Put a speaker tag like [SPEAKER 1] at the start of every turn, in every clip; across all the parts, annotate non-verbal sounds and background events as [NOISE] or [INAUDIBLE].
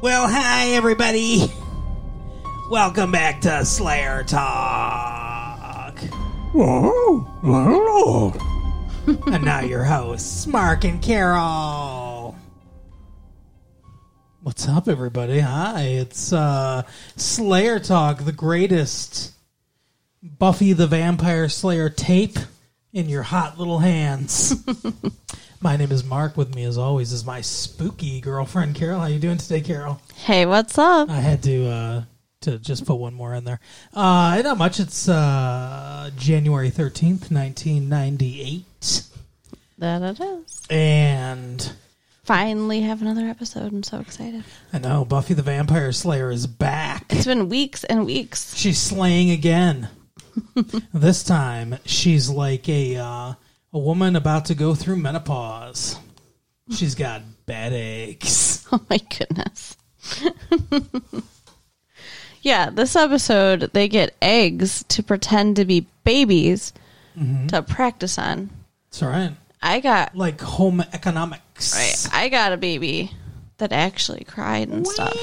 [SPEAKER 1] Well, hi everybody. Welcome back to Slayer Talk.
[SPEAKER 2] Oh, my lord.
[SPEAKER 1] [LAUGHS] and now your hosts, Mark and Carol. What's up, everybody? Hi, it's uh, Slayer Talk, the greatest Buffy the Vampire Slayer tape in your hot little hands. [LAUGHS] my name is Mark. With me, as always, is my spooky girlfriend, Carol. How you doing today, Carol?
[SPEAKER 3] Hey, what's up?
[SPEAKER 1] I had to uh, to just put one more in there. Uh, not much. It's uh, January thirteenth, nineteen ninety eight,
[SPEAKER 3] That it is.
[SPEAKER 1] and
[SPEAKER 3] Finally have another episode. I'm so excited.
[SPEAKER 1] I know Buffy the Vampire Slayer is back.
[SPEAKER 3] It's been weeks and weeks. [LAUGHS]
[SPEAKER 1] She's slaying again. this time, she's like a uh, a woman about to go through menopause. She's got bad aches.
[SPEAKER 3] Oh my goodness. [LAUGHS] yeah, this episode they get eggs to pretend to be babies to practice on.
[SPEAKER 1] It's all right.
[SPEAKER 3] I got
[SPEAKER 1] Like home economics.
[SPEAKER 3] right, I got a baby that actually cried and stuff.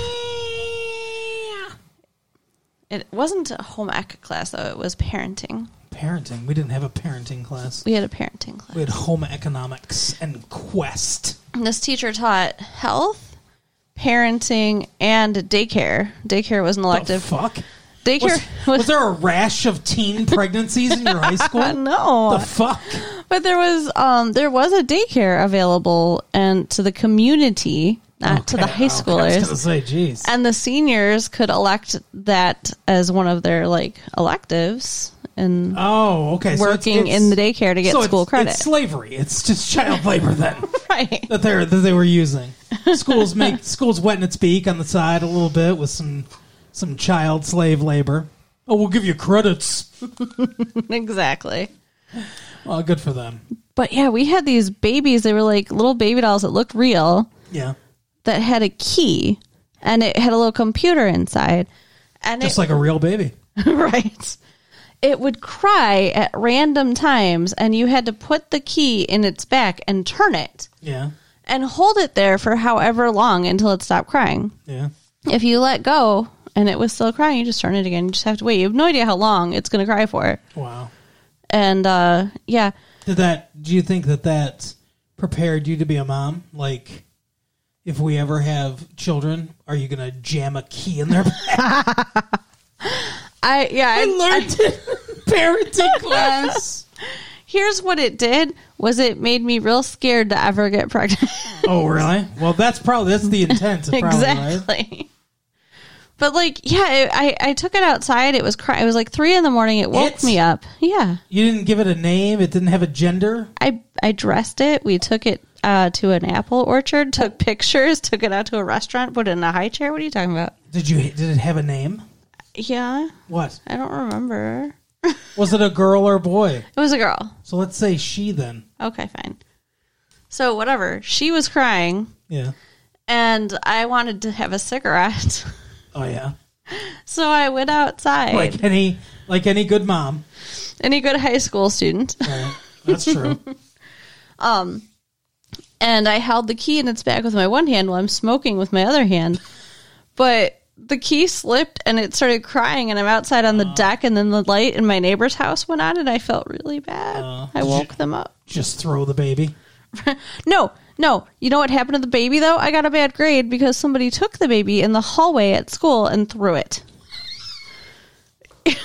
[SPEAKER 3] It wasn't a home ec class though, it was parenting.
[SPEAKER 1] Parenting. We didn't have a parenting class.
[SPEAKER 3] We had a parenting class.
[SPEAKER 1] We had home economics and quest.
[SPEAKER 3] And this teacher taught health, parenting, and daycare. Daycare was an
[SPEAKER 1] The
[SPEAKER 3] elective.
[SPEAKER 1] fuck? Was,
[SPEAKER 3] daycare [LAUGHS] was,
[SPEAKER 1] was there a rash of teen pregnancies in your high
[SPEAKER 3] [LAUGHS]
[SPEAKER 1] school?
[SPEAKER 3] no,
[SPEAKER 1] The fuck?
[SPEAKER 3] but there was um there was a daycare available and to the community, not to the
[SPEAKER 1] Okay, okay,
[SPEAKER 3] high
[SPEAKER 1] Oh, I was
[SPEAKER 3] schoolers.
[SPEAKER 1] gonna say, jeez.
[SPEAKER 3] and the seniors could elect that as one of their like electives and
[SPEAKER 1] Oh, okay. so it's-
[SPEAKER 3] working
[SPEAKER 1] it's-
[SPEAKER 3] in the daycare to get
[SPEAKER 1] so it's-
[SPEAKER 3] school credit.
[SPEAKER 1] It's slavery. It's just child labor then [LAUGHS]
[SPEAKER 3] right.
[SPEAKER 1] that they are that they were using. Schools make schools wetting its beak on the side a little bit with some some child slave labor. Oh, we'll give you credits.
[SPEAKER 3] [LAUGHS] exactly.
[SPEAKER 1] Well, good for them.
[SPEAKER 3] But yeah, we had these babies, they were like little baby dolls that looked real.
[SPEAKER 1] Yeah,
[SPEAKER 3] that had a key and it had a little computer inside and
[SPEAKER 1] just
[SPEAKER 3] it,
[SPEAKER 1] like a real baby.
[SPEAKER 3] [LAUGHS] right it would cry at random times and you had to put the key in its back and turn it
[SPEAKER 1] Yeah,
[SPEAKER 3] and hold it there for however long until it stopped crying
[SPEAKER 1] yeah.
[SPEAKER 3] if you let go and it was still crying you just turn it again you just have to wait you have no idea how long it's going to cry for
[SPEAKER 1] Wow.
[SPEAKER 3] and uh yeah
[SPEAKER 1] Did that? Do you think that that prepared you to be a mom? Like, if we ever have children, are you gonna jam a key in their?
[SPEAKER 3] i yeah
[SPEAKER 1] [LAUGHS]
[SPEAKER 3] i,
[SPEAKER 1] it parenting
[SPEAKER 3] [LAUGHS]
[SPEAKER 1] class.
[SPEAKER 3] here's what it did was it made me real scared to ever get pregnant [LAUGHS]
[SPEAKER 1] Oh, really? Well, that's probably that's the intent. Probably, Right?
[SPEAKER 3] exactly. But like, yeah, it, I I took it outside. It was cry. It was like three in the morning. It woke
[SPEAKER 1] It?
[SPEAKER 3] me up. Yeah,
[SPEAKER 1] You didn't give it a name. It didn't have a gender.
[SPEAKER 3] I I dressed it. We took it uh, to an apple orchard. Took pictures. Took it out to a restaurant. Put it in a high chair. What are you talking about?
[SPEAKER 1] Did you? Did it have a name?
[SPEAKER 3] Yeah,
[SPEAKER 1] What
[SPEAKER 3] I don't remember.
[SPEAKER 1] was it? A girl or a boy?
[SPEAKER 3] It was a girl.
[SPEAKER 1] So let's say she then.
[SPEAKER 3] Okay, fine. So whatever. She was crying,
[SPEAKER 1] Yeah.
[SPEAKER 3] and I wanted to have a cigarette. [LAUGHS]
[SPEAKER 1] Oh yeah.
[SPEAKER 3] So I went outside.
[SPEAKER 1] Like any like any good mom.
[SPEAKER 3] Any good high school student.
[SPEAKER 1] Right? That's true.
[SPEAKER 3] and I held the key in its back with my one hand while I'm smoking with my other hand. But the key slipped and it started crying, and I'm outside on the deck, and then the light in my neighbor's house went on, and I felt really bad. I woke them up.
[SPEAKER 1] Just throw the baby.
[SPEAKER 3] No, no. You know what happened to the baby, though? I got a bad grade because somebody took the baby in the hallway at school and threw it. [LAUGHS]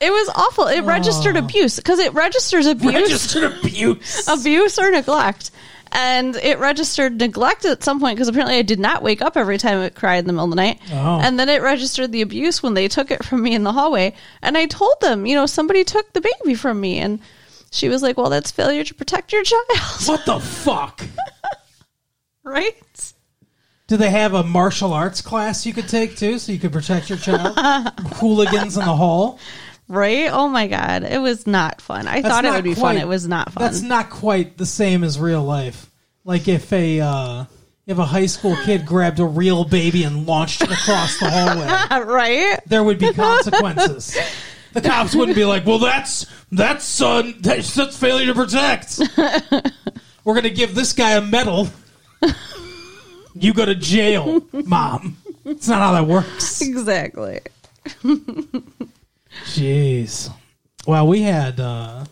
[SPEAKER 3] It was awful. It registered abuse because it registers abuse
[SPEAKER 1] [LAUGHS] Registered abuse.
[SPEAKER 3] abuse or neglect. And it registered neglect at some point because apparently I did not wake up every time it cried in the middle of the night.
[SPEAKER 1] Oh.
[SPEAKER 3] And then it registered the abuse when they took it from me in the hallway. And I told them, you know, somebody took the baby from me. And she was like, well, that's failure to protect your child, [LAUGHS]
[SPEAKER 1] What the fuck?
[SPEAKER 3] right?
[SPEAKER 1] Do they have a martial arts class you could take too, so you could protect your
[SPEAKER 3] [LAUGHS]
[SPEAKER 1] child? Hooligans in the hall.
[SPEAKER 3] Right? Oh my God. It was not fun. I
[SPEAKER 1] That's
[SPEAKER 3] thought it
[SPEAKER 1] not
[SPEAKER 3] would be fun.
[SPEAKER 1] quite-
[SPEAKER 3] It was not fun. [LAUGHS]
[SPEAKER 1] That's not quite the same as real life. Like if a uh, if a high school kid grabbed a real baby and launched it across the hallway,
[SPEAKER 3] right?
[SPEAKER 1] there would be consequences. The cops wouldn't be like, "Well, that's that's uh, that's, that's failure to protect." We're gonna give this guy a medal You go to jail, mom. It's not how that works.
[SPEAKER 3] Exactly.
[SPEAKER 1] Jeez. Well, we had uh,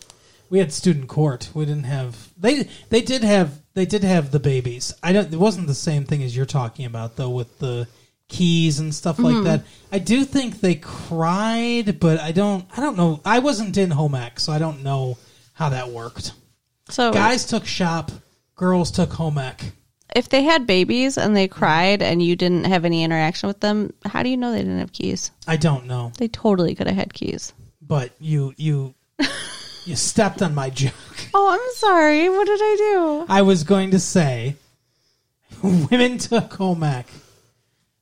[SPEAKER 1] we had student court. We didn't have they they did have they did have the babies. I don't. It wasn't the same thing as you're talking about though with the keys and stuff like that. I do think they cried, but I don't. I don't know. I wasn't in home ec, so I don't know how that worked.
[SPEAKER 3] So
[SPEAKER 1] Guys took shop, girls took home ec.
[SPEAKER 3] if they had babies and they cried and you didn't have any interaction with them, how do you know they didn't have keys?
[SPEAKER 1] I don't know,
[SPEAKER 3] They totally could have had keys.
[SPEAKER 1] but you you you stepped on my joke.
[SPEAKER 3] Oh, I'm sorry. What did I do?
[SPEAKER 1] I was going to say women took Comac,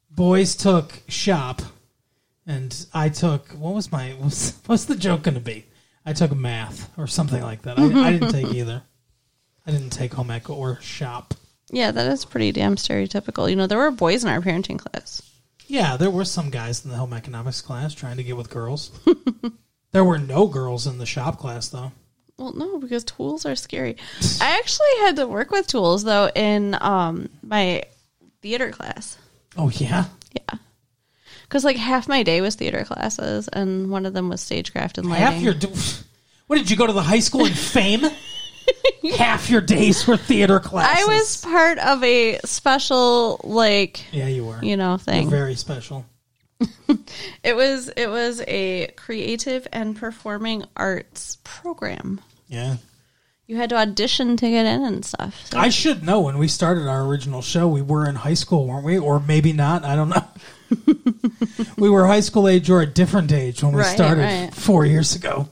[SPEAKER 1] boys took shop, and I took what was my [LAUGHS] what's, what's the joke going to be? I took math or something like that. I, I didn't take [LAUGHS] either. I didn't take home ec or shop.
[SPEAKER 3] Yeah, that is pretty damn stereotypical. You know, there were boys in our parenting class.
[SPEAKER 1] Yeah, there were some guys in the home economics class trying to get with girls. [LAUGHS] there were no girls in the shop class though.
[SPEAKER 3] Well, no, because tools are [LAUGHS] scary. I actually had to work with tools though in um my theater class.
[SPEAKER 1] Oh yeah,
[SPEAKER 3] Yeah. Cuz like half my day was theater classes and one of them was stagecraft and lighting.
[SPEAKER 1] half your. d- What did you go to the high school in
[SPEAKER 3] [LAUGHS]
[SPEAKER 1] fame? half your days were theater classes.
[SPEAKER 3] I was part of a special like,
[SPEAKER 1] Yeah, you were.
[SPEAKER 3] you know,
[SPEAKER 1] You're
[SPEAKER 3] thing.
[SPEAKER 1] very special.
[SPEAKER 3] It was it was a creative and performing arts program.
[SPEAKER 1] Yeah.
[SPEAKER 3] You had to audition to get in and stuff. So
[SPEAKER 1] I should know when we started our original show, we were in high school, weren't we? Or maybe not. I don't
[SPEAKER 3] [LAUGHS]
[SPEAKER 1] know. we were high school age or a different age when we
[SPEAKER 3] Right,
[SPEAKER 1] started
[SPEAKER 3] right.
[SPEAKER 1] four years ago.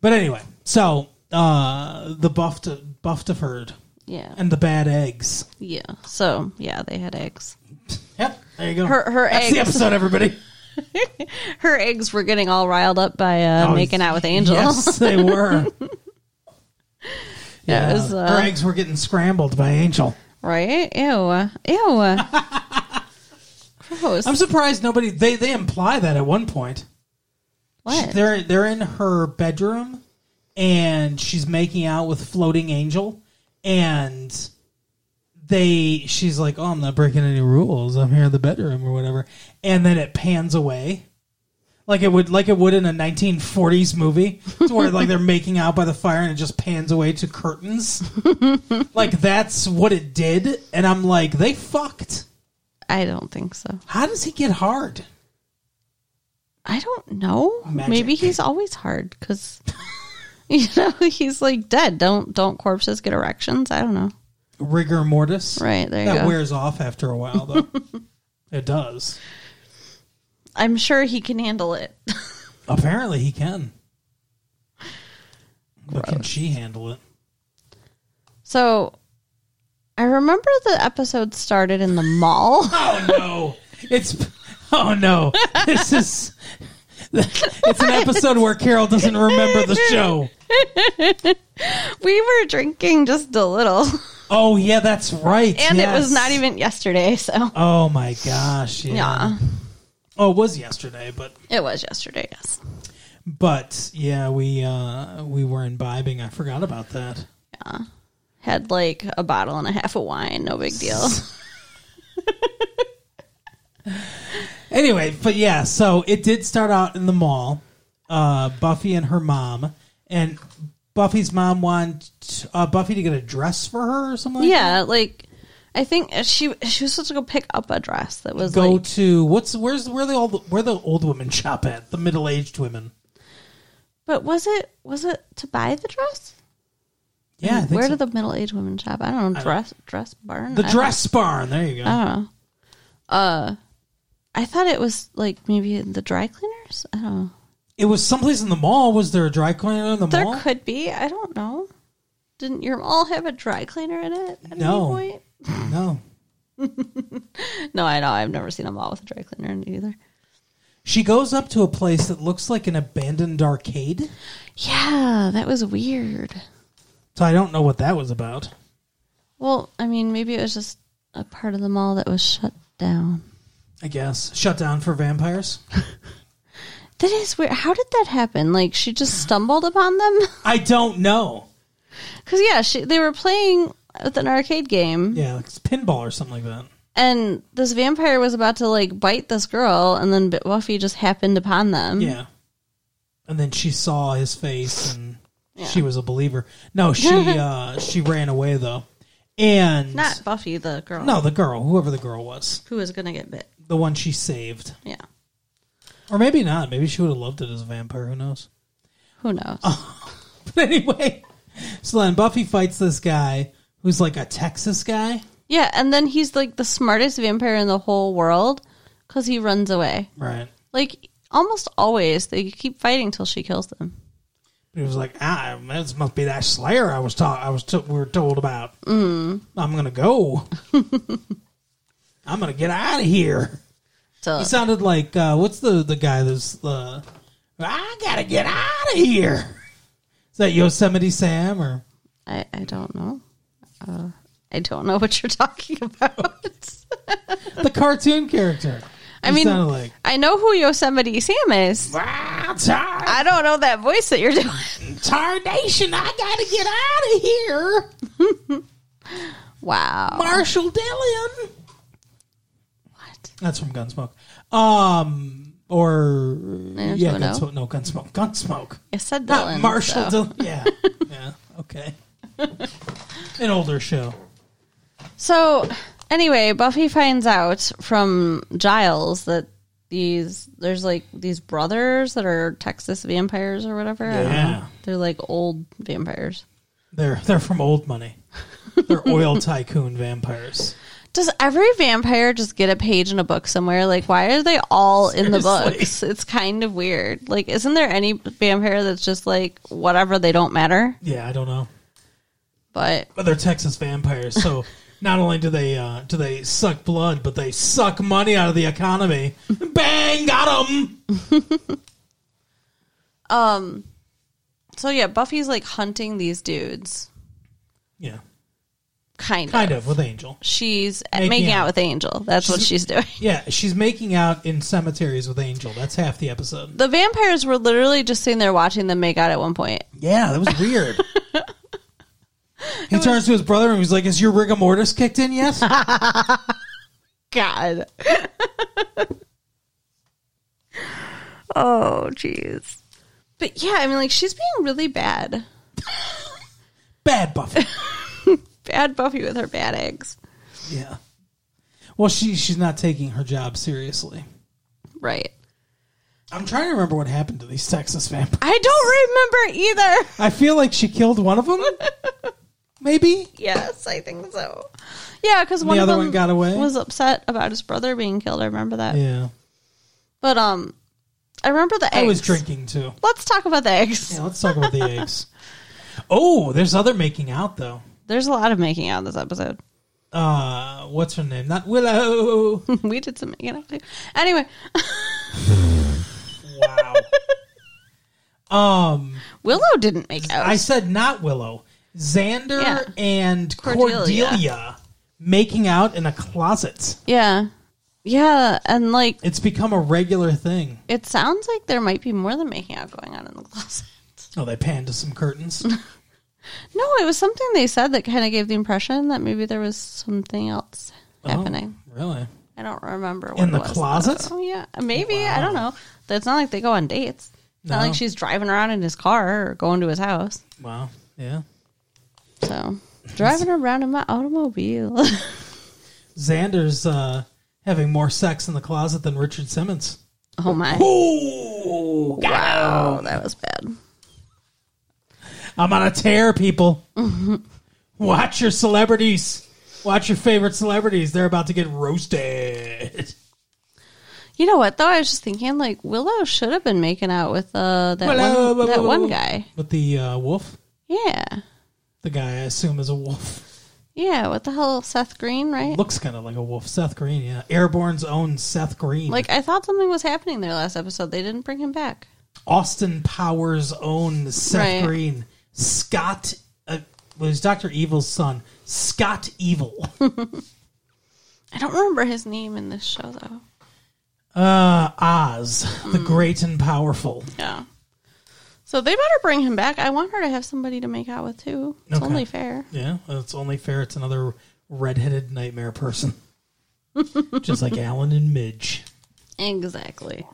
[SPEAKER 1] But anyway, so uh, the buff, to, buff deferred
[SPEAKER 3] yeah.
[SPEAKER 1] and the bad eggs.
[SPEAKER 3] Yeah. So, yeah, they had eggs.
[SPEAKER 1] Yep, there you go.
[SPEAKER 3] Her- her
[SPEAKER 1] That's the
[SPEAKER 3] eggs.
[SPEAKER 1] episode,
[SPEAKER 3] [LAUGHS]
[SPEAKER 1] everybody.
[SPEAKER 3] Her eggs were getting all riled up by uh,
[SPEAKER 1] Oh,
[SPEAKER 3] making out with Angel.
[SPEAKER 1] [LAUGHS] Yes, they
[SPEAKER 3] [LAUGHS]
[SPEAKER 1] were. yeah,
[SPEAKER 3] Yeah, it was,
[SPEAKER 1] her
[SPEAKER 3] uh,
[SPEAKER 1] eggs were getting scrambled by Angel.
[SPEAKER 3] Right? Ew. Ew. Gross.
[SPEAKER 1] I'm surprised nobody. They they imply that at one point. She-
[SPEAKER 3] what?
[SPEAKER 1] they're they're in her bedroom, and she's making out with floating angel, and they she's like, "Oh, I'm not breaking any rules. I'm here in the bedroom or whatever." And then it pans away, like it would like it would in a 1940s movie, to where like they're making out by the fire and it just pans away to curtains. like that's what it did, and I'm like, they fucked.
[SPEAKER 3] I don't think so.
[SPEAKER 1] How does he get hard?
[SPEAKER 3] I don't know.
[SPEAKER 1] Magic.
[SPEAKER 3] Maybe he's always hard because, [LAUGHS] you know, [LAUGHS] he's like dead. Don't don't corpses get erections? I don't know.
[SPEAKER 1] rigor mortis.
[SPEAKER 3] Right, there you
[SPEAKER 1] that
[SPEAKER 3] go.
[SPEAKER 1] wears off after a while,
[SPEAKER 3] [LAUGHS]
[SPEAKER 1] though. it does.
[SPEAKER 3] I'm sure he can handle it. [LAUGHS]
[SPEAKER 1] Apparently, he can. But can she handle it?
[SPEAKER 3] So, I remember the episode started in the mall. [LAUGHS]
[SPEAKER 1] Oh no! it's oh no! This is it's an episode where Carol doesn't remember the show.
[SPEAKER 3] we were drinking just a little, [LAUGHS]
[SPEAKER 1] Oh yeah, that's right.
[SPEAKER 3] and it was
[SPEAKER 1] yes.
[SPEAKER 3] not even yesterday. So,
[SPEAKER 1] Oh my gosh! Yeah.
[SPEAKER 3] yeah,
[SPEAKER 1] Oh, it was yesterday, but
[SPEAKER 3] it was yesterday. Yes.
[SPEAKER 1] but yeah, we uh we were imbibing. I forgot about that.
[SPEAKER 3] had like a bottle and a half of wine, no big [LAUGHS] deal.
[SPEAKER 1] Anyway, but yeah, so it did start out in the mall. Uh, Buffy and her mom, and Buffy's mom wanted uh, Buffy to get a dress for her or something. like
[SPEAKER 3] yeah, like I think she she was supposed to go pick up a dress that was
[SPEAKER 1] that? Go
[SPEAKER 3] like
[SPEAKER 1] to what's where's where the old where the old women shop at the middle aged women.
[SPEAKER 3] But was it was it to buy the dress?
[SPEAKER 1] Yeah, I think
[SPEAKER 3] Mm, Where
[SPEAKER 1] so.
[SPEAKER 3] did the middle aged women shop? I don't know, dress dress barn?
[SPEAKER 1] the
[SPEAKER 3] I
[SPEAKER 1] dress barn? There you go.
[SPEAKER 3] don't- I don't know. Uh I thought it was like maybe the dry cleaners? I don't know.
[SPEAKER 1] it was someplace in the mall. Was there a dry cleaner in the
[SPEAKER 3] There
[SPEAKER 1] mall?
[SPEAKER 3] could be. I don't know. Didn't your mall have a dry cleaner in it at
[SPEAKER 1] No.
[SPEAKER 3] any point?
[SPEAKER 1] no,
[SPEAKER 3] No, I know. I've never seen a mall with a dry cleaner in it either.
[SPEAKER 1] she goes up to a place that looks like an abandoned arcade.
[SPEAKER 3] Yeah, that was weird.
[SPEAKER 1] So I don't know what that was about.
[SPEAKER 3] Well, I mean, maybe it was just a part of the mall that was shut down.
[SPEAKER 1] I guess shut down for vampires.
[SPEAKER 3] That is weird. How did that happen? Like [SIGHS] she just stumbled upon them? [LAUGHS]
[SPEAKER 1] I don't know.
[SPEAKER 3] Because yeah, she, they were playing with an arcade game.
[SPEAKER 1] Yeah, like it's pinball or something like that.
[SPEAKER 3] Mm-hmm. And this vampire was about to like bite this girl, and then B- Buffy just happened upon them.
[SPEAKER 1] Yeah. And then she saw his face and she was a believer. No, she uh she ran away though. And
[SPEAKER 3] Not Buffy, the girl
[SPEAKER 1] no, the girl, whoever the girl was,
[SPEAKER 3] who was going to get bit.
[SPEAKER 1] the one she saved.
[SPEAKER 3] Yeah.
[SPEAKER 1] Or maybe not. Maybe she would have loved it as a vampire, who knows? [LAUGHS]
[SPEAKER 3] Who knows?
[SPEAKER 1] But anyway, [LAUGHS] so then Buffy fights this guy who's like a Texas guy,
[SPEAKER 3] Yeah, and then he's like the smartest vampire in the whole world because he runs away.
[SPEAKER 1] right?
[SPEAKER 3] Like almost always, they keep fighting till she kills them.
[SPEAKER 1] He was like, "Ah, this must be that Slayer I was taught. I was t- we were told about. Mm.
[SPEAKER 3] Mm-hmm.
[SPEAKER 1] I'm gonna
[SPEAKER 3] [LAUGHS]
[SPEAKER 1] go. I'm gonna get out of here."
[SPEAKER 3] So
[SPEAKER 1] He sounded like uh, what's the the guy that's the I gotta get out of here. Is that Yosemite Sam or
[SPEAKER 3] I, I don't know. Uh, I don't know [LAUGHS] what you're talking about. [LAUGHS]
[SPEAKER 1] the cartoon character?
[SPEAKER 3] I
[SPEAKER 1] He
[SPEAKER 3] mean,
[SPEAKER 1] sounded like
[SPEAKER 3] I know who Yosemite Sam is.
[SPEAKER 1] "Ah, tar-
[SPEAKER 3] I don't know that voice that you're doing. [LAUGHS]
[SPEAKER 1] tarnation. I gotta get out of here.
[SPEAKER 3] Wow.
[SPEAKER 1] Marshall Dillon.
[SPEAKER 3] What?
[SPEAKER 1] That's from Gunsmoke. Um, or
[SPEAKER 3] don't
[SPEAKER 1] yeah,
[SPEAKER 3] know.
[SPEAKER 1] Gunsmoke. No, Gunsmoke. Gunsmoke.
[SPEAKER 3] I said
[SPEAKER 1] Not
[SPEAKER 3] Dylan.
[SPEAKER 1] Marshall
[SPEAKER 3] so-
[SPEAKER 1] Dillon. Yeah, yeah. Okay. An older show.
[SPEAKER 3] So, anyway, Buffy finds out from Giles that these there's like these brothers that are Texas vampires or whatever. I don't
[SPEAKER 1] Yeah.
[SPEAKER 3] know. They're like old vampires.
[SPEAKER 1] They're they're from old money. They're
[SPEAKER 3] [LAUGHS]
[SPEAKER 1] oil tycoon vampires.
[SPEAKER 3] Does every vampire just get a page in a book somewhere? Like, why are they all in the
[SPEAKER 1] Seriously.
[SPEAKER 3] books? It's kind of weird. Like, isn't there any vampire that's just like whatever? They don't matter.
[SPEAKER 1] Yeah, I don't know,
[SPEAKER 3] But
[SPEAKER 1] but they're Texas vampires. So not only do they uh, do they suck blood, but they suck money out of the economy. Bang, got them.
[SPEAKER 3] so yeah, Buffy's like hunting these dudes,
[SPEAKER 1] Yeah,
[SPEAKER 3] kind of.
[SPEAKER 1] kind of with Angel.
[SPEAKER 3] She's
[SPEAKER 1] Making
[SPEAKER 3] making, out.
[SPEAKER 1] out.
[SPEAKER 3] with Angel. That's what she's doing.
[SPEAKER 1] Yeah, she's making out in cemeteries with Angel. That's half the episode.
[SPEAKER 3] The vampires were literally just sitting there watching them make out at one point.
[SPEAKER 1] Yeah, that was weird. [LAUGHS] he turns to his brother and he's like, "Is your rigor mortis kicked in [LAUGHS] yet?"
[SPEAKER 3] God. [LAUGHS] oh, jeez. But yeah, I mean, like she's being really bad.
[SPEAKER 1] Bad Buffy.
[SPEAKER 3] Bad Buffy with her bad eggs.
[SPEAKER 1] Yeah. Well, she she's not taking her job seriously.
[SPEAKER 3] Right.
[SPEAKER 1] I'm trying to remember what happened to these Texas vampires.
[SPEAKER 3] I don't remember either.
[SPEAKER 1] I feel like she killed one of them. [LAUGHS] Maybe.
[SPEAKER 3] Yes, I think so. Yeah, because one
[SPEAKER 1] other
[SPEAKER 3] of them
[SPEAKER 1] one got away?
[SPEAKER 3] was upset about his brother being killed. I remember that.
[SPEAKER 1] Yeah.
[SPEAKER 3] But um, I remember the eggs.
[SPEAKER 1] I was drinking too.
[SPEAKER 3] Let's talk about the eggs.
[SPEAKER 1] Yeah, let's talk about the eggs. Oh, there's other making out though.
[SPEAKER 3] There's a lot of making out in this episode. [LAUGHS]
[SPEAKER 1] Uh, what's her name? Not Willow. [LAUGHS]
[SPEAKER 3] we did some making out too. Anyway,
[SPEAKER 1] Wow. um,
[SPEAKER 3] Willow didn't make out.
[SPEAKER 1] I said not Willow. Xander
[SPEAKER 3] Yeah.
[SPEAKER 1] and Cordelia.
[SPEAKER 3] Cordelia.
[SPEAKER 1] making out in a closet.
[SPEAKER 3] yeah, yeah, and like
[SPEAKER 1] It's become a regular thing.
[SPEAKER 3] it sounds like there might be more than making out going on in the [LAUGHS] closet.
[SPEAKER 1] Oh, they panned to some
[SPEAKER 3] [LAUGHS]
[SPEAKER 1] curtains.
[SPEAKER 3] No, it was something they said that kind of gave the impression that maybe there was something else happening.
[SPEAKER 1] Oh, really?
[SPEAKER 3] I don't remember what
[SPEAKER 1] In
[SPEAKER 3] it
[SPEAKER 1] the
[SPEAKER 3] was,
[SPEAKER 1] closet?
[SPEAKER 3] though. Oh, Yeah, maybe I don't know. It's not like they go on dates. It's Not
[SPEAKER 1] No.
[SPEAKER 3] like she's driving around in his car or going to his house.
[SPEAKER 1] Wow. Yeah.
[SPEAKER 3] So driving around in my automobile. [LAUGHS]
[SPEAKER 1] Xander's uh, having more sex in the closet than Richard Simmons.
[SPEAKER 3] oh my!
[SPEAKER 1] Ooh,
[SPEAKER 3] Wow, that was bad.
[SPEAKER 1] I'm on a tear,
[SPEAKER 3] [LAUGHS]
[SPEAKER 1] people. Watch your celebrities. Watch your favorite celebrities. They're about to get roasted.
[SPEAKER 3] You know what though? I was just thinking like Willow should have been making out with uh that
[SPEAKER 1] Willow,
[SPEAKER 3] one, that
[SPEAKER 1] Willow.
[SPEAKER 3] one guy.
[SPEAKER 1] With the uh, wolf,
[SPEAKER 3] Yeah.
[SPEAKER 1] the guy I assume is a wolf.
[SPEAKER 3] Yeah, what the hell Seth Green, right?
[SPEAKER 1] Looks kind of like a wolf. Seth Green, yeah. Airborne's own Seth Green.
[SPEAKER 3] Like I thought something was happening there last episode. They didn't bring him back.
[SPEAKER 1] Austin Powers' own Seth
[SPEAKER 3] Right.
[SPEAKER 1] Green, Scott uh, was Doctor Evil's son, Scott Evil. [LAUGHS]
[SPEAKER 3] I don't remember his name in this show though. Hmm.
[SPEAKER 1] Uh, Oz, the great and powerful.
[SPEAKER 3] Yeah. So they better bring him back. I want her to have somebody to make out with too. It's
[SPEAKER 1] Okay.
[SPEAKER 3] only fair.
[SPEAKER 1] Yeah, it's only fair. It's another redheaded nightmare
[SPEAKER 3] [LAUGHS]
[SPEAKER 1] person, just like Alan and Midge.
[SPEAKER 3] Exactly.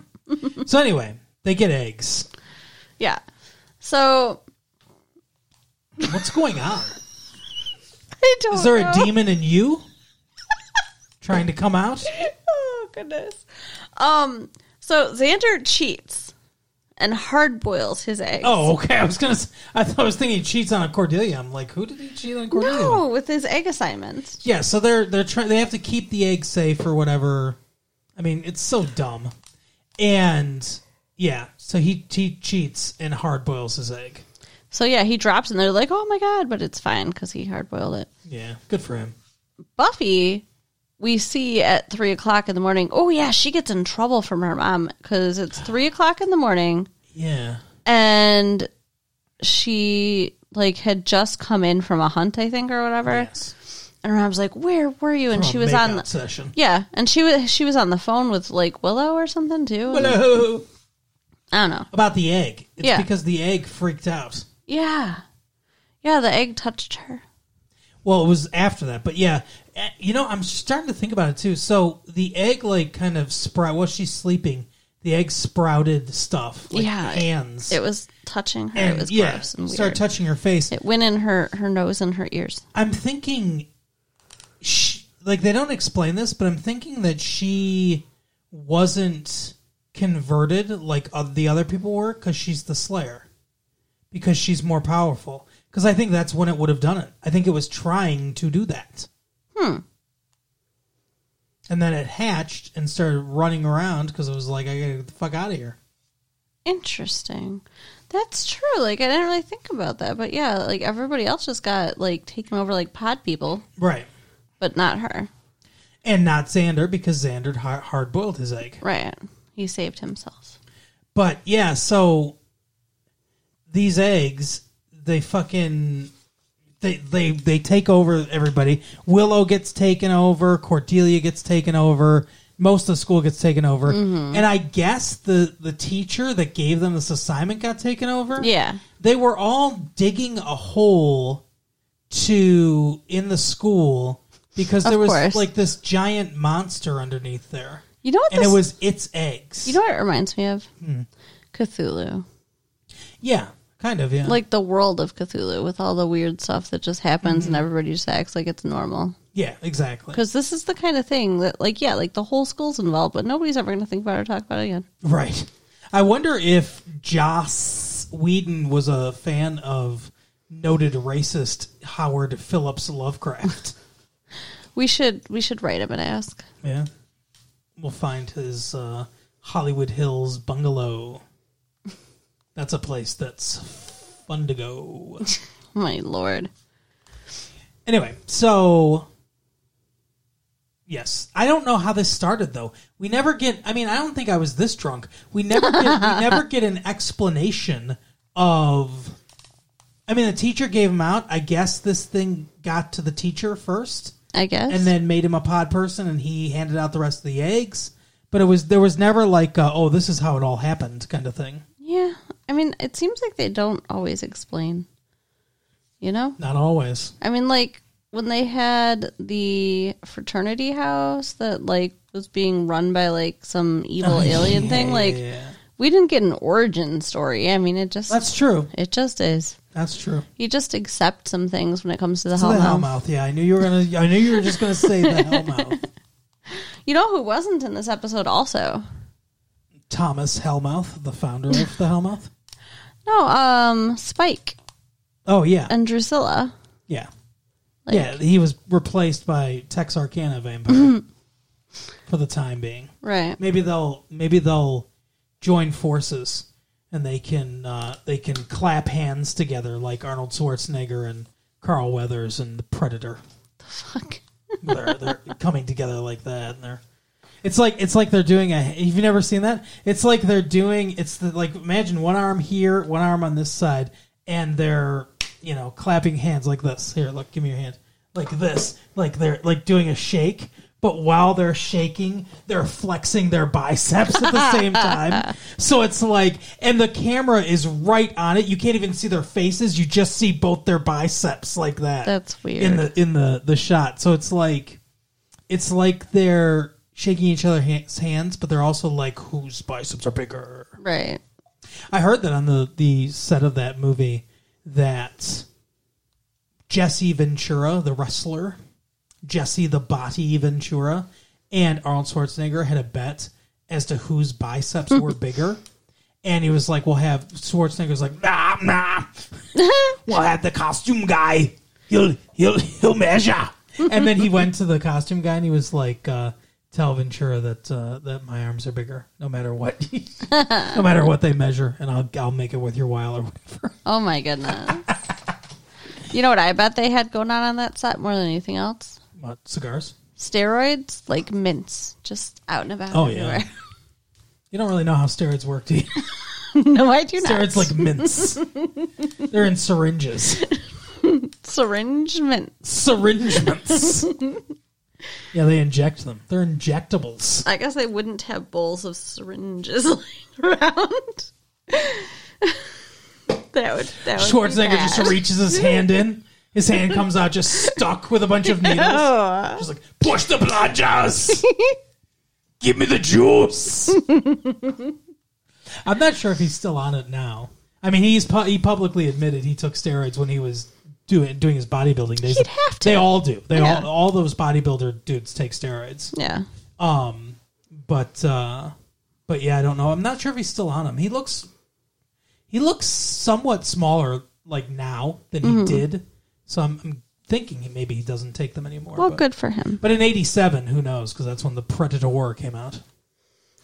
[SPEAKER 1] So anyway, they get eggs.
[SPEAKER 3] Yeah. So
[SPEAKER 1] What's going on?
[SPEAKER 3] I don't.
[SPEAKER 1] Is there a
[SPEAKER 3] know.
[SPEAKER 1] demon in you trying to come out?
[SPEAKER 3] [LAUGHS] Oh goodness. Um. So Xander cheats and hard boils his eggs.
[SPEAKER 1] Oh, okay. I was gonna. s- I thought I was thinking he cheats on a Cordelia. I'm like, who did he cheat on Cordelia?
[SPEAKER 3] no, with his egg assignment.
[SPEAKER 1] Yeah, so they're they're trying. They have to keep the egg safe or whatever. I mean, it's so dumb. And yeah, so he he cheats and hard boils his egg.
[SPEAKER 3] So yeah, he drops and they're like, "Oh my god!" But it's fine because he hard boiled it.
[SPEAKER 1] Yeah, good for him.
[SPEAKER 3] Buffy, we see at three o'clock in the morning. Oh yeah, she gets in trouble from her mom because it's three o'clock in the morning
[SPEAKER 1] Yeah.
[SPEAKER 3] and she like had just come in from a hunt, I think, or whatever.
[SPEAKER 1] Yes.
[SPEAKER 3] And her mom's like, "Where were you?" And
[SPEAKER 1] From
[SPEAKER 3] she
[SPEAKER 1] a
[SPEAKER 3] was on.
[SPEAKER 1] makeout session.
[SPEAKER 3] Yeah, and she was she was on the phone with like Willow or something too. and-
[SPEAKER 1] Hello.
[SPEAKER 3] I don't know.
[SPEAKER 1] About the egg. It's
[SPEAKER 3] Yeah.
[SPEAKER 1] because the egg freaked out.
[SPEAKER 3] Yeah, yeah. The egg touched her.
[SPEAKER 1] Well, it was after that, but yeah, Eh, you know, I'm starting to think about it too. So the egg, like, kind of sprout. While she's sleeping, the egg sprouted stuff, like
[SPEAKER 3] Yeah, it-
[SPEAKER 1] hands.
[SPEAKER 3] It was touching her.
[SPEAKER 1] and,
[SPEAKER 3] it was
[SPEAKER 1] yeah,
[SPEAKER 3] gross and weird.
[SPEAKER 1] started touching her face.
[SPEAKER 3] it went in her her nose and her ears.
[SPEAKER 1] I'm thinking, sh like they don't explain this, but I'm thinking that she wasn't converted like oth- the other people were because she's the Slayer, because she's more powerful. Because I think that's when it would have done it. I think it was trying to do that. Hmm. And then it hatched and started running around because it was like, I gotta get the fuck out of here.
[SPEAKER 3] Interesting. That's true. Like I didn't really think about that, but yeah, like everybody else just got like taken over like pod people,
[SPEAKER 1] Right.
[SPEAKER 3] but not her.
[SPEAKER 1] And not Xander because Xander hard boiled his egg.
[SPEAKER 3] Right. He saved himself.
[SPEAKER 1] But yeah, so these eggs, they fucking they they they take over everybody. Willow gets taken over, Cordelia gets taken over, most of the school gets taken over.
[SPEAKER 3] Mm-hmm.
[SPEAKER 1] And I guess the the teacher that gave them this assignment got taken over.
[SPEAKER 3] Yeah.
[SPEAKER 1] They were all digging a hole to in the school because
[SPEAKER 3] Of
[SPEAKER 1] there was
[SPEAKER 3] course.
[SPEAKER 1] like this giant monster underneath there.
[SPEAKER 3] You know what
[SPEAKER 1] And
[SPEAKER 3] this-
[SPEAKER 1] it was Hmm. its eggs.
[SPEAKER 3] You know what it reminds me of? Cthulhu.
[SPEAKER 1] yeah, kind of, yeah.
[SPEAKER 3] Like the world of Cthulhu with all the weird stuff that just happens
[SPEAKER 1] Mm-hmm.
[SPEAKER 3] and everybody just acts like it's normal.
[SPEAKER 1] Yeah, exactly.
[SPEAKER 3] Because this is the kind of thing that, like, yeah, like the whole school's involved, but nobody's ever going to think about it or talk about it again.
[SPEAKER 1] Right. I wonder if Joss Whedon was a fan of noted racist Howard Phillips Lovecraft.
[SPEAKER 3] We should we should write him and ask.
[SPEAKER 1] yeah. We'll find his uh, Hollywood Hills bungalow. That's a place that's fun to go.
[SPEAKER 3] My lord.
[SPEAKER 1] Anyway, so yes, I don't know how this started though. We never get. I mean, I don't think I was this drunk. We never get.
[SPEAKER 3] [LAUGHS]
[SPEAKER 1] we never get an explanation of. I mean, the teacher gave him out. I guess this thing got to the teacher first,
[SPEAKER 3] I guess.
[SPEAKER 1] and then made him a pod person, and he handed out the rest of the eggs. But it was there was never like, uh, oh, this is how it all happened, kind of thing.
[SPEAKER 3] yeah. I mean, it seems like they don't always explain. You know?
[SPEAKER 1] Not always.
[SPEAKER 3] I mean, like when they had the fraternity house that like was being run by like some evil alien thing. Like
[SPEAKER 1] Oh, Yeah.
[SPEAKER 3] we didn't get an origin story. I mean, it just
[SPEAKER 1] That's true.
[SPEAKER 3] it just is.
[SPEAKER 1] That's true.
[SPEAKER 3] You just accept some things when it comes to the
[SPEAKER 1] To
[SPEAKER 3] hell
[SPEAKER 1] the hell
[SPEAKER 3] mouth.
[SPEAKER 1] mouth. Yeah, I knew you were gonna. I knew you were just gonna say
[SPEAKER 3] [LAUGHS]
[SPEAKER 1] the hell mouth.
[SPEAKER 3] You know who wasn't in this episode? Also,
[SPEAKER 1] Thomas Hellmouth, the founder of the Hellmouth.
[SPEAKER 3] no. Um, Spike
[SPEAKER 1] Oh yeah,
[SPEAKER 3] and Drusilla.
[SPEAKER 1] yeah,
[SPEAKER 3] Uh, Like,
[SPEAKER 1] yeah. He was replaced by Texarkana
[SPEAKER 3] Mm-hmm.
[SPEAKER 1] vampire for the time being.
[SPEAKER 3] Right.
[SPEAKER 1] Maybe they'll maybe they'll join forces and they can uh, they can clap hands together like Arnold Schwarzenegger and Carl Weathers and the Predator.
[SPEAKER 3] Fuck.
[SPEAKER 1] they're, they're coming together like that and they're it's like it's like they're doing a have you never seen that it's like they're doing it's the, like imagine one arm here one arm on this side and they're you know clapping hands like this here look give me your hand like this like they're like doing a shake but while they're shaking, they're flexing their biceps at the same
[SPEAKER 3] [LAUGHS]
[SPEAKER 1] time. So it's like, and the camera is right on it. You can't even see their faces. You just see both their biceps like that.
[SPEAKER 3] That's weird.
[SPEAKER 1] In the in the the shot, so it's like, it's like they're shaking each other's hands, but they're also like, whose biceps are bigger?
[SPEAKER 3] Right.
[SPEAKER 1] I heard that on the, the set of that movie that Jesse Ventura, the wrestler, Jesse the Body Ventura, and Arnold Schwarzenegger had a bet as to whose biceps were bigger. And he was like, we'll have Schwarzenegger's like, nah, nah. we'll have the costume guy. He'll he'll he'll measure. and then he went to the costume guy and he was like, uh, tell Ventura that uh, that my arms are bigger, no matter what [LAUGHS] no matter what they measure, and I'll I'll make it worth your while or whatever.
[SPEAKER 3] Oh my goodness. you know what I bet they had going on on that set more than anything else?
[SPEAKER 1] [LAUGHS] What cigars?
[SPEAKER 3] Steroids, like mints, just out and about
[SPEAKER 1] Oh, yeah.
[SPEAKER 3] everywhere. [LAUGHS]
[SPEAKER 1] You don't really know how steroids work, do you? [LAUGHS]
[SPEAKER 3] no, I do not.
[SPEAKER 1] steroids like mints. They're in [LAUGHS] syringes,
[SPEAKER 3] syringe mints.
[SPEAKER 1] syringements. yeah, they inject them. They're injectables.
[SPEAKER 3] I guess I wouldn't have bowls of syringes [LAUGHS] lying around. [LAUGHS] that would that would
[SPEAKER 1] Schwarzenegger
[SPEAKER 3] be
[SPEAKER 1] just
[SPEAKER 3] bad.
[SPEAKER 1] reaches his hand in. His hand comes out just stuck with a bunch of [LAUGHS] needles.
[SPEAKER 3] Oh,
[SPEAKER 1] Just like push the blood [LAUGHS] juice.
[SPEAKER 2] Give me the
[SPEAKER 1] [LAUGHS]
[SPEAKER 2] juice.
[SPEAKER 1] I'm not sure if he's still on it now. I mean, he's pu- he publicly admitted he took steroids when he was doing doing his bodybuilding days.
[SPEAKER 3] He'd have to.
[SPEAKER 1] They all do. They
[SPEAKER 3] Yeah.
[SPEAKER 1] all all those bodybuilder dudes take steroids.
[SPEAKER 3] yeah.
[SPEAKER 1] Um, but uh, but yeah, I don't know. I'm not sure if he's still on him. He looks he looks somewhat smaller like now than
[SPEAKER 3] Mm-hmm.
[SPEAKER 1] he did. So I'm, I'm thinking maybe he doesn't take them anymore.
[SPEAKER 3] Well,
[SPEAKER 1] but,
[SPEAKER 3] good for him.
[SPEAKER 1] But in '87, who knows? Because that's when the Predator came out.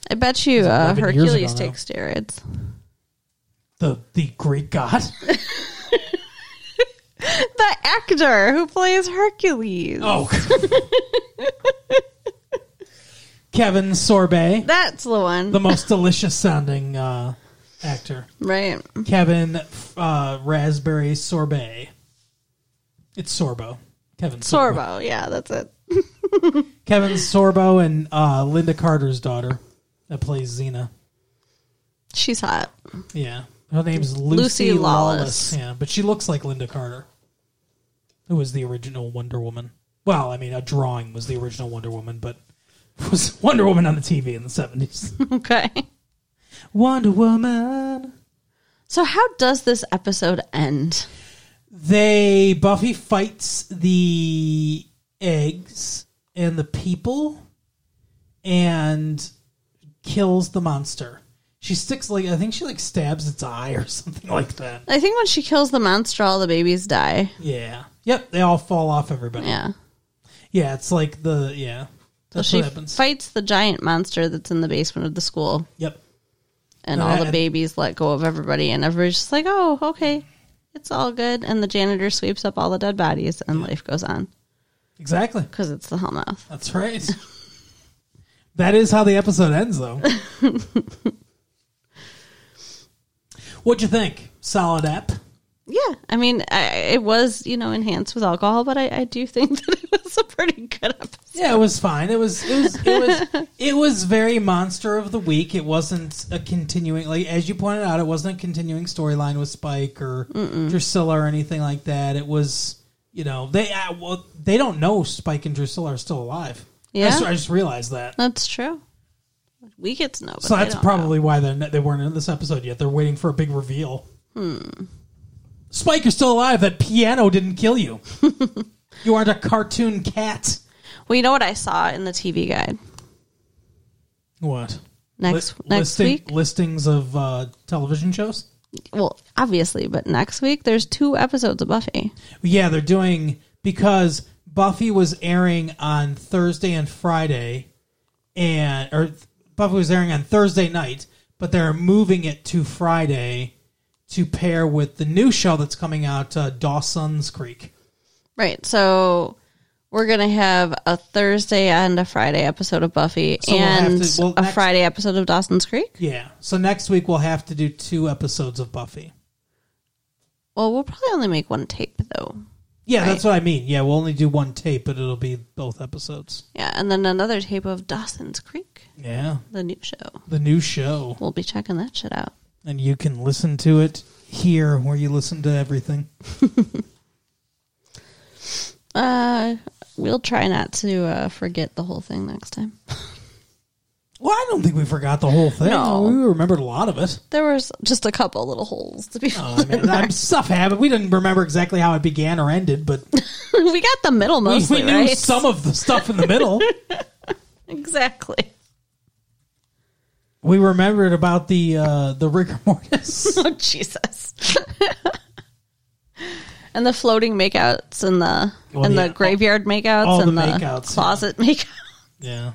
[SPEAKER 3] I bet you uh,
[SPEAKER 1] 11 years
[SPEAKER 3] Hercules
[SPEAKER 1] ago now.
[SPEAKER 3] takes steroids.
[SPEAKER 1] The the Greek
[SPEAKER 3] [LAUGHS]
[SPEAKER 1] god.
[SPEAKER 3] The actor who plays Hercules.
[SPEAKER 1] Oh. Kevin Sorbet,
[SPEAKER 3] That's the one.
[SPEAKER 1] the most delicious sounding uh, actor. [LAUGHS]
[SPEAKER 3] right.
[SPEAKER 1] Kevin uh, Raspberry Sorbet. It's Sorbo. Kevin Sorbo.
[SPEAKER 3] Sorbo. Yeah, that's it.
[SPEAKER 1] Kevin Sorbo and uh, Linda Carter's daughter that plays Xena.
[SPEAKER 3] She's [LAUGHS] hot.
[SPEAKER 1] Yeah. Her name's Lucy,
[SPEAKER 3] Lucy
[SPEAKER 1] Lawless.
[SPEAKER 3] Lawless.
[SPEAKER 1] Yeah, but she looks like Linda Carter, who was the original Wonder Woman. Well, I mean, a drawing was the original Wonder Woman, but [LAUGHS] was Wonder Woman on the TV in the 70s.
[SPEAKER 3] Okay.
[SPEAKER 1] [LAUGHS] Wonder Woman.
[SPEAKER 3] So how does this episode end?
[SPEAKER 1] They Buffy fights the eggs and the people and kills the monster. She sticks like I think she like stabs its eye or [LAUGHS] something like that.
[SPEAKER 3] I think when she kills the monster, all the babies die.
[SPEAKER 1] Yeah. Yep, they all fall off everybody. Yeah,
[SPEAKER 3] Yeah.
[SPEAKER 1] it's like the yeah.
[SPEAKER 3] So
[SPEAKER 1] That's
[SPEAKER 3] she
[SPEAKER 1] what happens.
[SPEAKER 3] fights the giant monster that's in the basement of the school,
[SPEAKER 1] yep.
[SPEAKER 3] and
[SPEAKER 1] And
[SPEAKER 3] all
[SPEAKER 1] I-
[SPEAKER 3] the babies let go of everybody, and everybody's just like, "Oh, okay, it's all good." And the janitor sweeps up all the dead bodies, and life goes on
[SPEAKER 1] Exactly.
[SPEAKER 3] because it's the Hellmouth.
[SPEAKER 1] That's right. [LAUGHS] that is how the episode ends,
[SPEAKER 3] [LAUGHS]
[SPEAKER 1] though. What'd you think? Solid app.
[SPEAKER 3] Yeah, I mean, I, it was you know enhanced with alcohol, but I, I do [LAUGHS] think that it was a pretty good episode.
[SPEAKER 1] Yeah, it was fine. It was it was it
[SPEAKER 3] [LAUGHS]
[SPEAKER 1] was it was very monster of the week. It wasn't a continuing like as you pointed out, it wasn't a continuing storyline with Spike or Drusilla or anything like that. It was you know they uh, well, they don't know Spike and Drusilla are still alive. I
[SPEAKER 3] Yeah.
[SPEAKER 1] just, I just realized that.
[SPEAKER 3] That's true. We get to know, but
[SPEAKER 1] So
[SPEAKER 3] they
[SPEAKER 1] that's
[SPEAKER 3] don't
[SPEAKER 1] probably why they're not, they weren't in this episode yet. They're waiting for a big reveal.
[SPEAKER 3] Hmm.
[SPEAKER 1] Spike, you're still alive. That piano didn't kill
[SPEAKER 3] [LAUGHS]
[SPEAKER 1] you. you aren't a cartoon cat.
[SPEAKER 3] know. Well, you know what I saw in the TV guide
[SPEAKER 1] What?
[SPEAKER 3] next
[SPEAKER 1] Li-
[SPEAKER 3] next
[SPEAKER 1] listing-
[SPEAKER 3] week.
[SPEAKER 1] listings of uh, television shows.
[SPEAKER 3] Well, obviously, but next week there's two episodes of Buffy.
[SPEAKER 1] Yeah, they're doing because Buffy was airing on Thursday and Friday, and or Buffy was airing on Thursday night, but they're moving it to Friday to pair with the new show that's coming out, uh, Dawson's Creek.
[SPEAKER 3] Right. So we're gonna have a Thursday and a Friday episode of Buffy
[SPEAKER 1] So we'll have
[SPEAKER 3] and
[SPEAKER 1] to- well,
[SPEAKER 3] a
[SPEAKER 1] next-
[SPEAKER 3] Friday episode of Dawson's Creek.
[SPEAKER 1] Yeah, so next week we'll have to do two episodes of Buffy.
[SPEAKER 3] Well, we'll probably only make one tape though.
[SPEAKER 1] Yeah, that's
[SPEAKER 3] Right.
[SPEAKER 1] what I mean. Yeah, we'll only do one tape, but it'll be both episodes.
[SPEAKER 3] Yeah, and then another tape of Dawson's Creek,
[SPEAKER 1] Yeah,
[SPEAKER 3] the new show.
[SPEAKER 1] the new show,
[SPEAKER 3] We'll be checking that shit out.
[SPEAKER 1] and you can listen to it here, where you listen to everything.
[SPEAKER 3] Uh, we'll try not to uh, forget the whole thing next time.
[SPEAKER 1] Well, I don't think we forgot the whole thing.
[SPEAKER 3] No.
[SPEAKER 1] we remembered a lot of it.
[SPEAKER 3] There was just a couple little holes to be
[SPEAKER 1] I mean, I'm stuff happened. We didn't remember exactly how it began or ended, but
[SPEAKER 3] [LAUGHS] we got the middle
[SPEAKER 1] we,
[SPEAKER 3] [LAUGHS] mostly,
[SPEAKER 1] we knew
[SPEAKER 3] right?
[SPEAKER 1] some of the stuff in the
[SPEAKER 3] [LAUGHS]
[SPEAKER 1] middle.
[SPEAKER 3] exactly. [LAUGHS]
[SPEAKER 1] we remembered about the uh, the rigor
[SPEAKER 3] [LAUGHS]
[SPEAKER 1] mortis.
[SPEAKER 3] Oh Jesus. and the floating makeouts and the
[SPEAKER 1] Well,
[SPEAKER 3] and
[SPEAKER 1] yeah,
[SPEAKER 3] the
[SPEAKER 1] all-
[SPEAKER 3] graveyard makeouts
[SPEAKER 1] all
[SPEAKER 3] and
[SPEAKER 1] the
[SPEAKER 3] the,
[SPEAKER 1] makeouts, yeah.
[SPEAKER 3] closet [LAUGHS] makeouts.
[SPEAKER 1] yeah.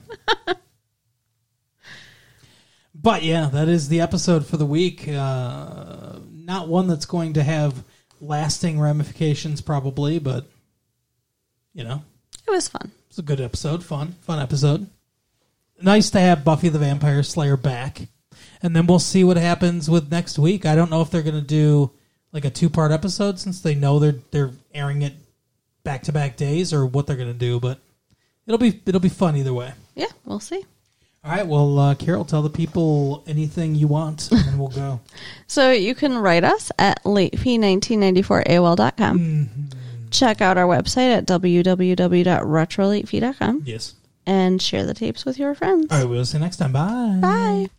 [SPEAKER 1] but yeah, that is the episode for the week. Uh, not one that's going to have lasting ramifications, probably, but you know,
[SPEAKER 3] It was fun.
[SPEAKER 1] It's a good episode. Fun, fun episode. Nice to have Buffy the Vampire Slayer back. And then we'll see what happens with next week. I don't know if they're going to do like a two-part episode since they know they're they're airing it back-to-back days or what they're going to do, but it'll be it'll be fun either way.
[SPEAKER 3] Yeah, we'll see.
[SPEAKER 1] All right, well, uh, Carol, tell the people anything you want and we'll go.
[SPEAKER 3] So you can write us at latefee1994aol.com.
[SPEAKER 1] Mm-hmm.
[SPEAKER 3] Check out our website at www.retrolatefee.com
[SPEAKER 1] yes.
[SPEAKER 3] and share the tapes with your friends.
[SPEAKER 1] All right, we'll see you next time. Bye.
[SPEAKER 3] Bye.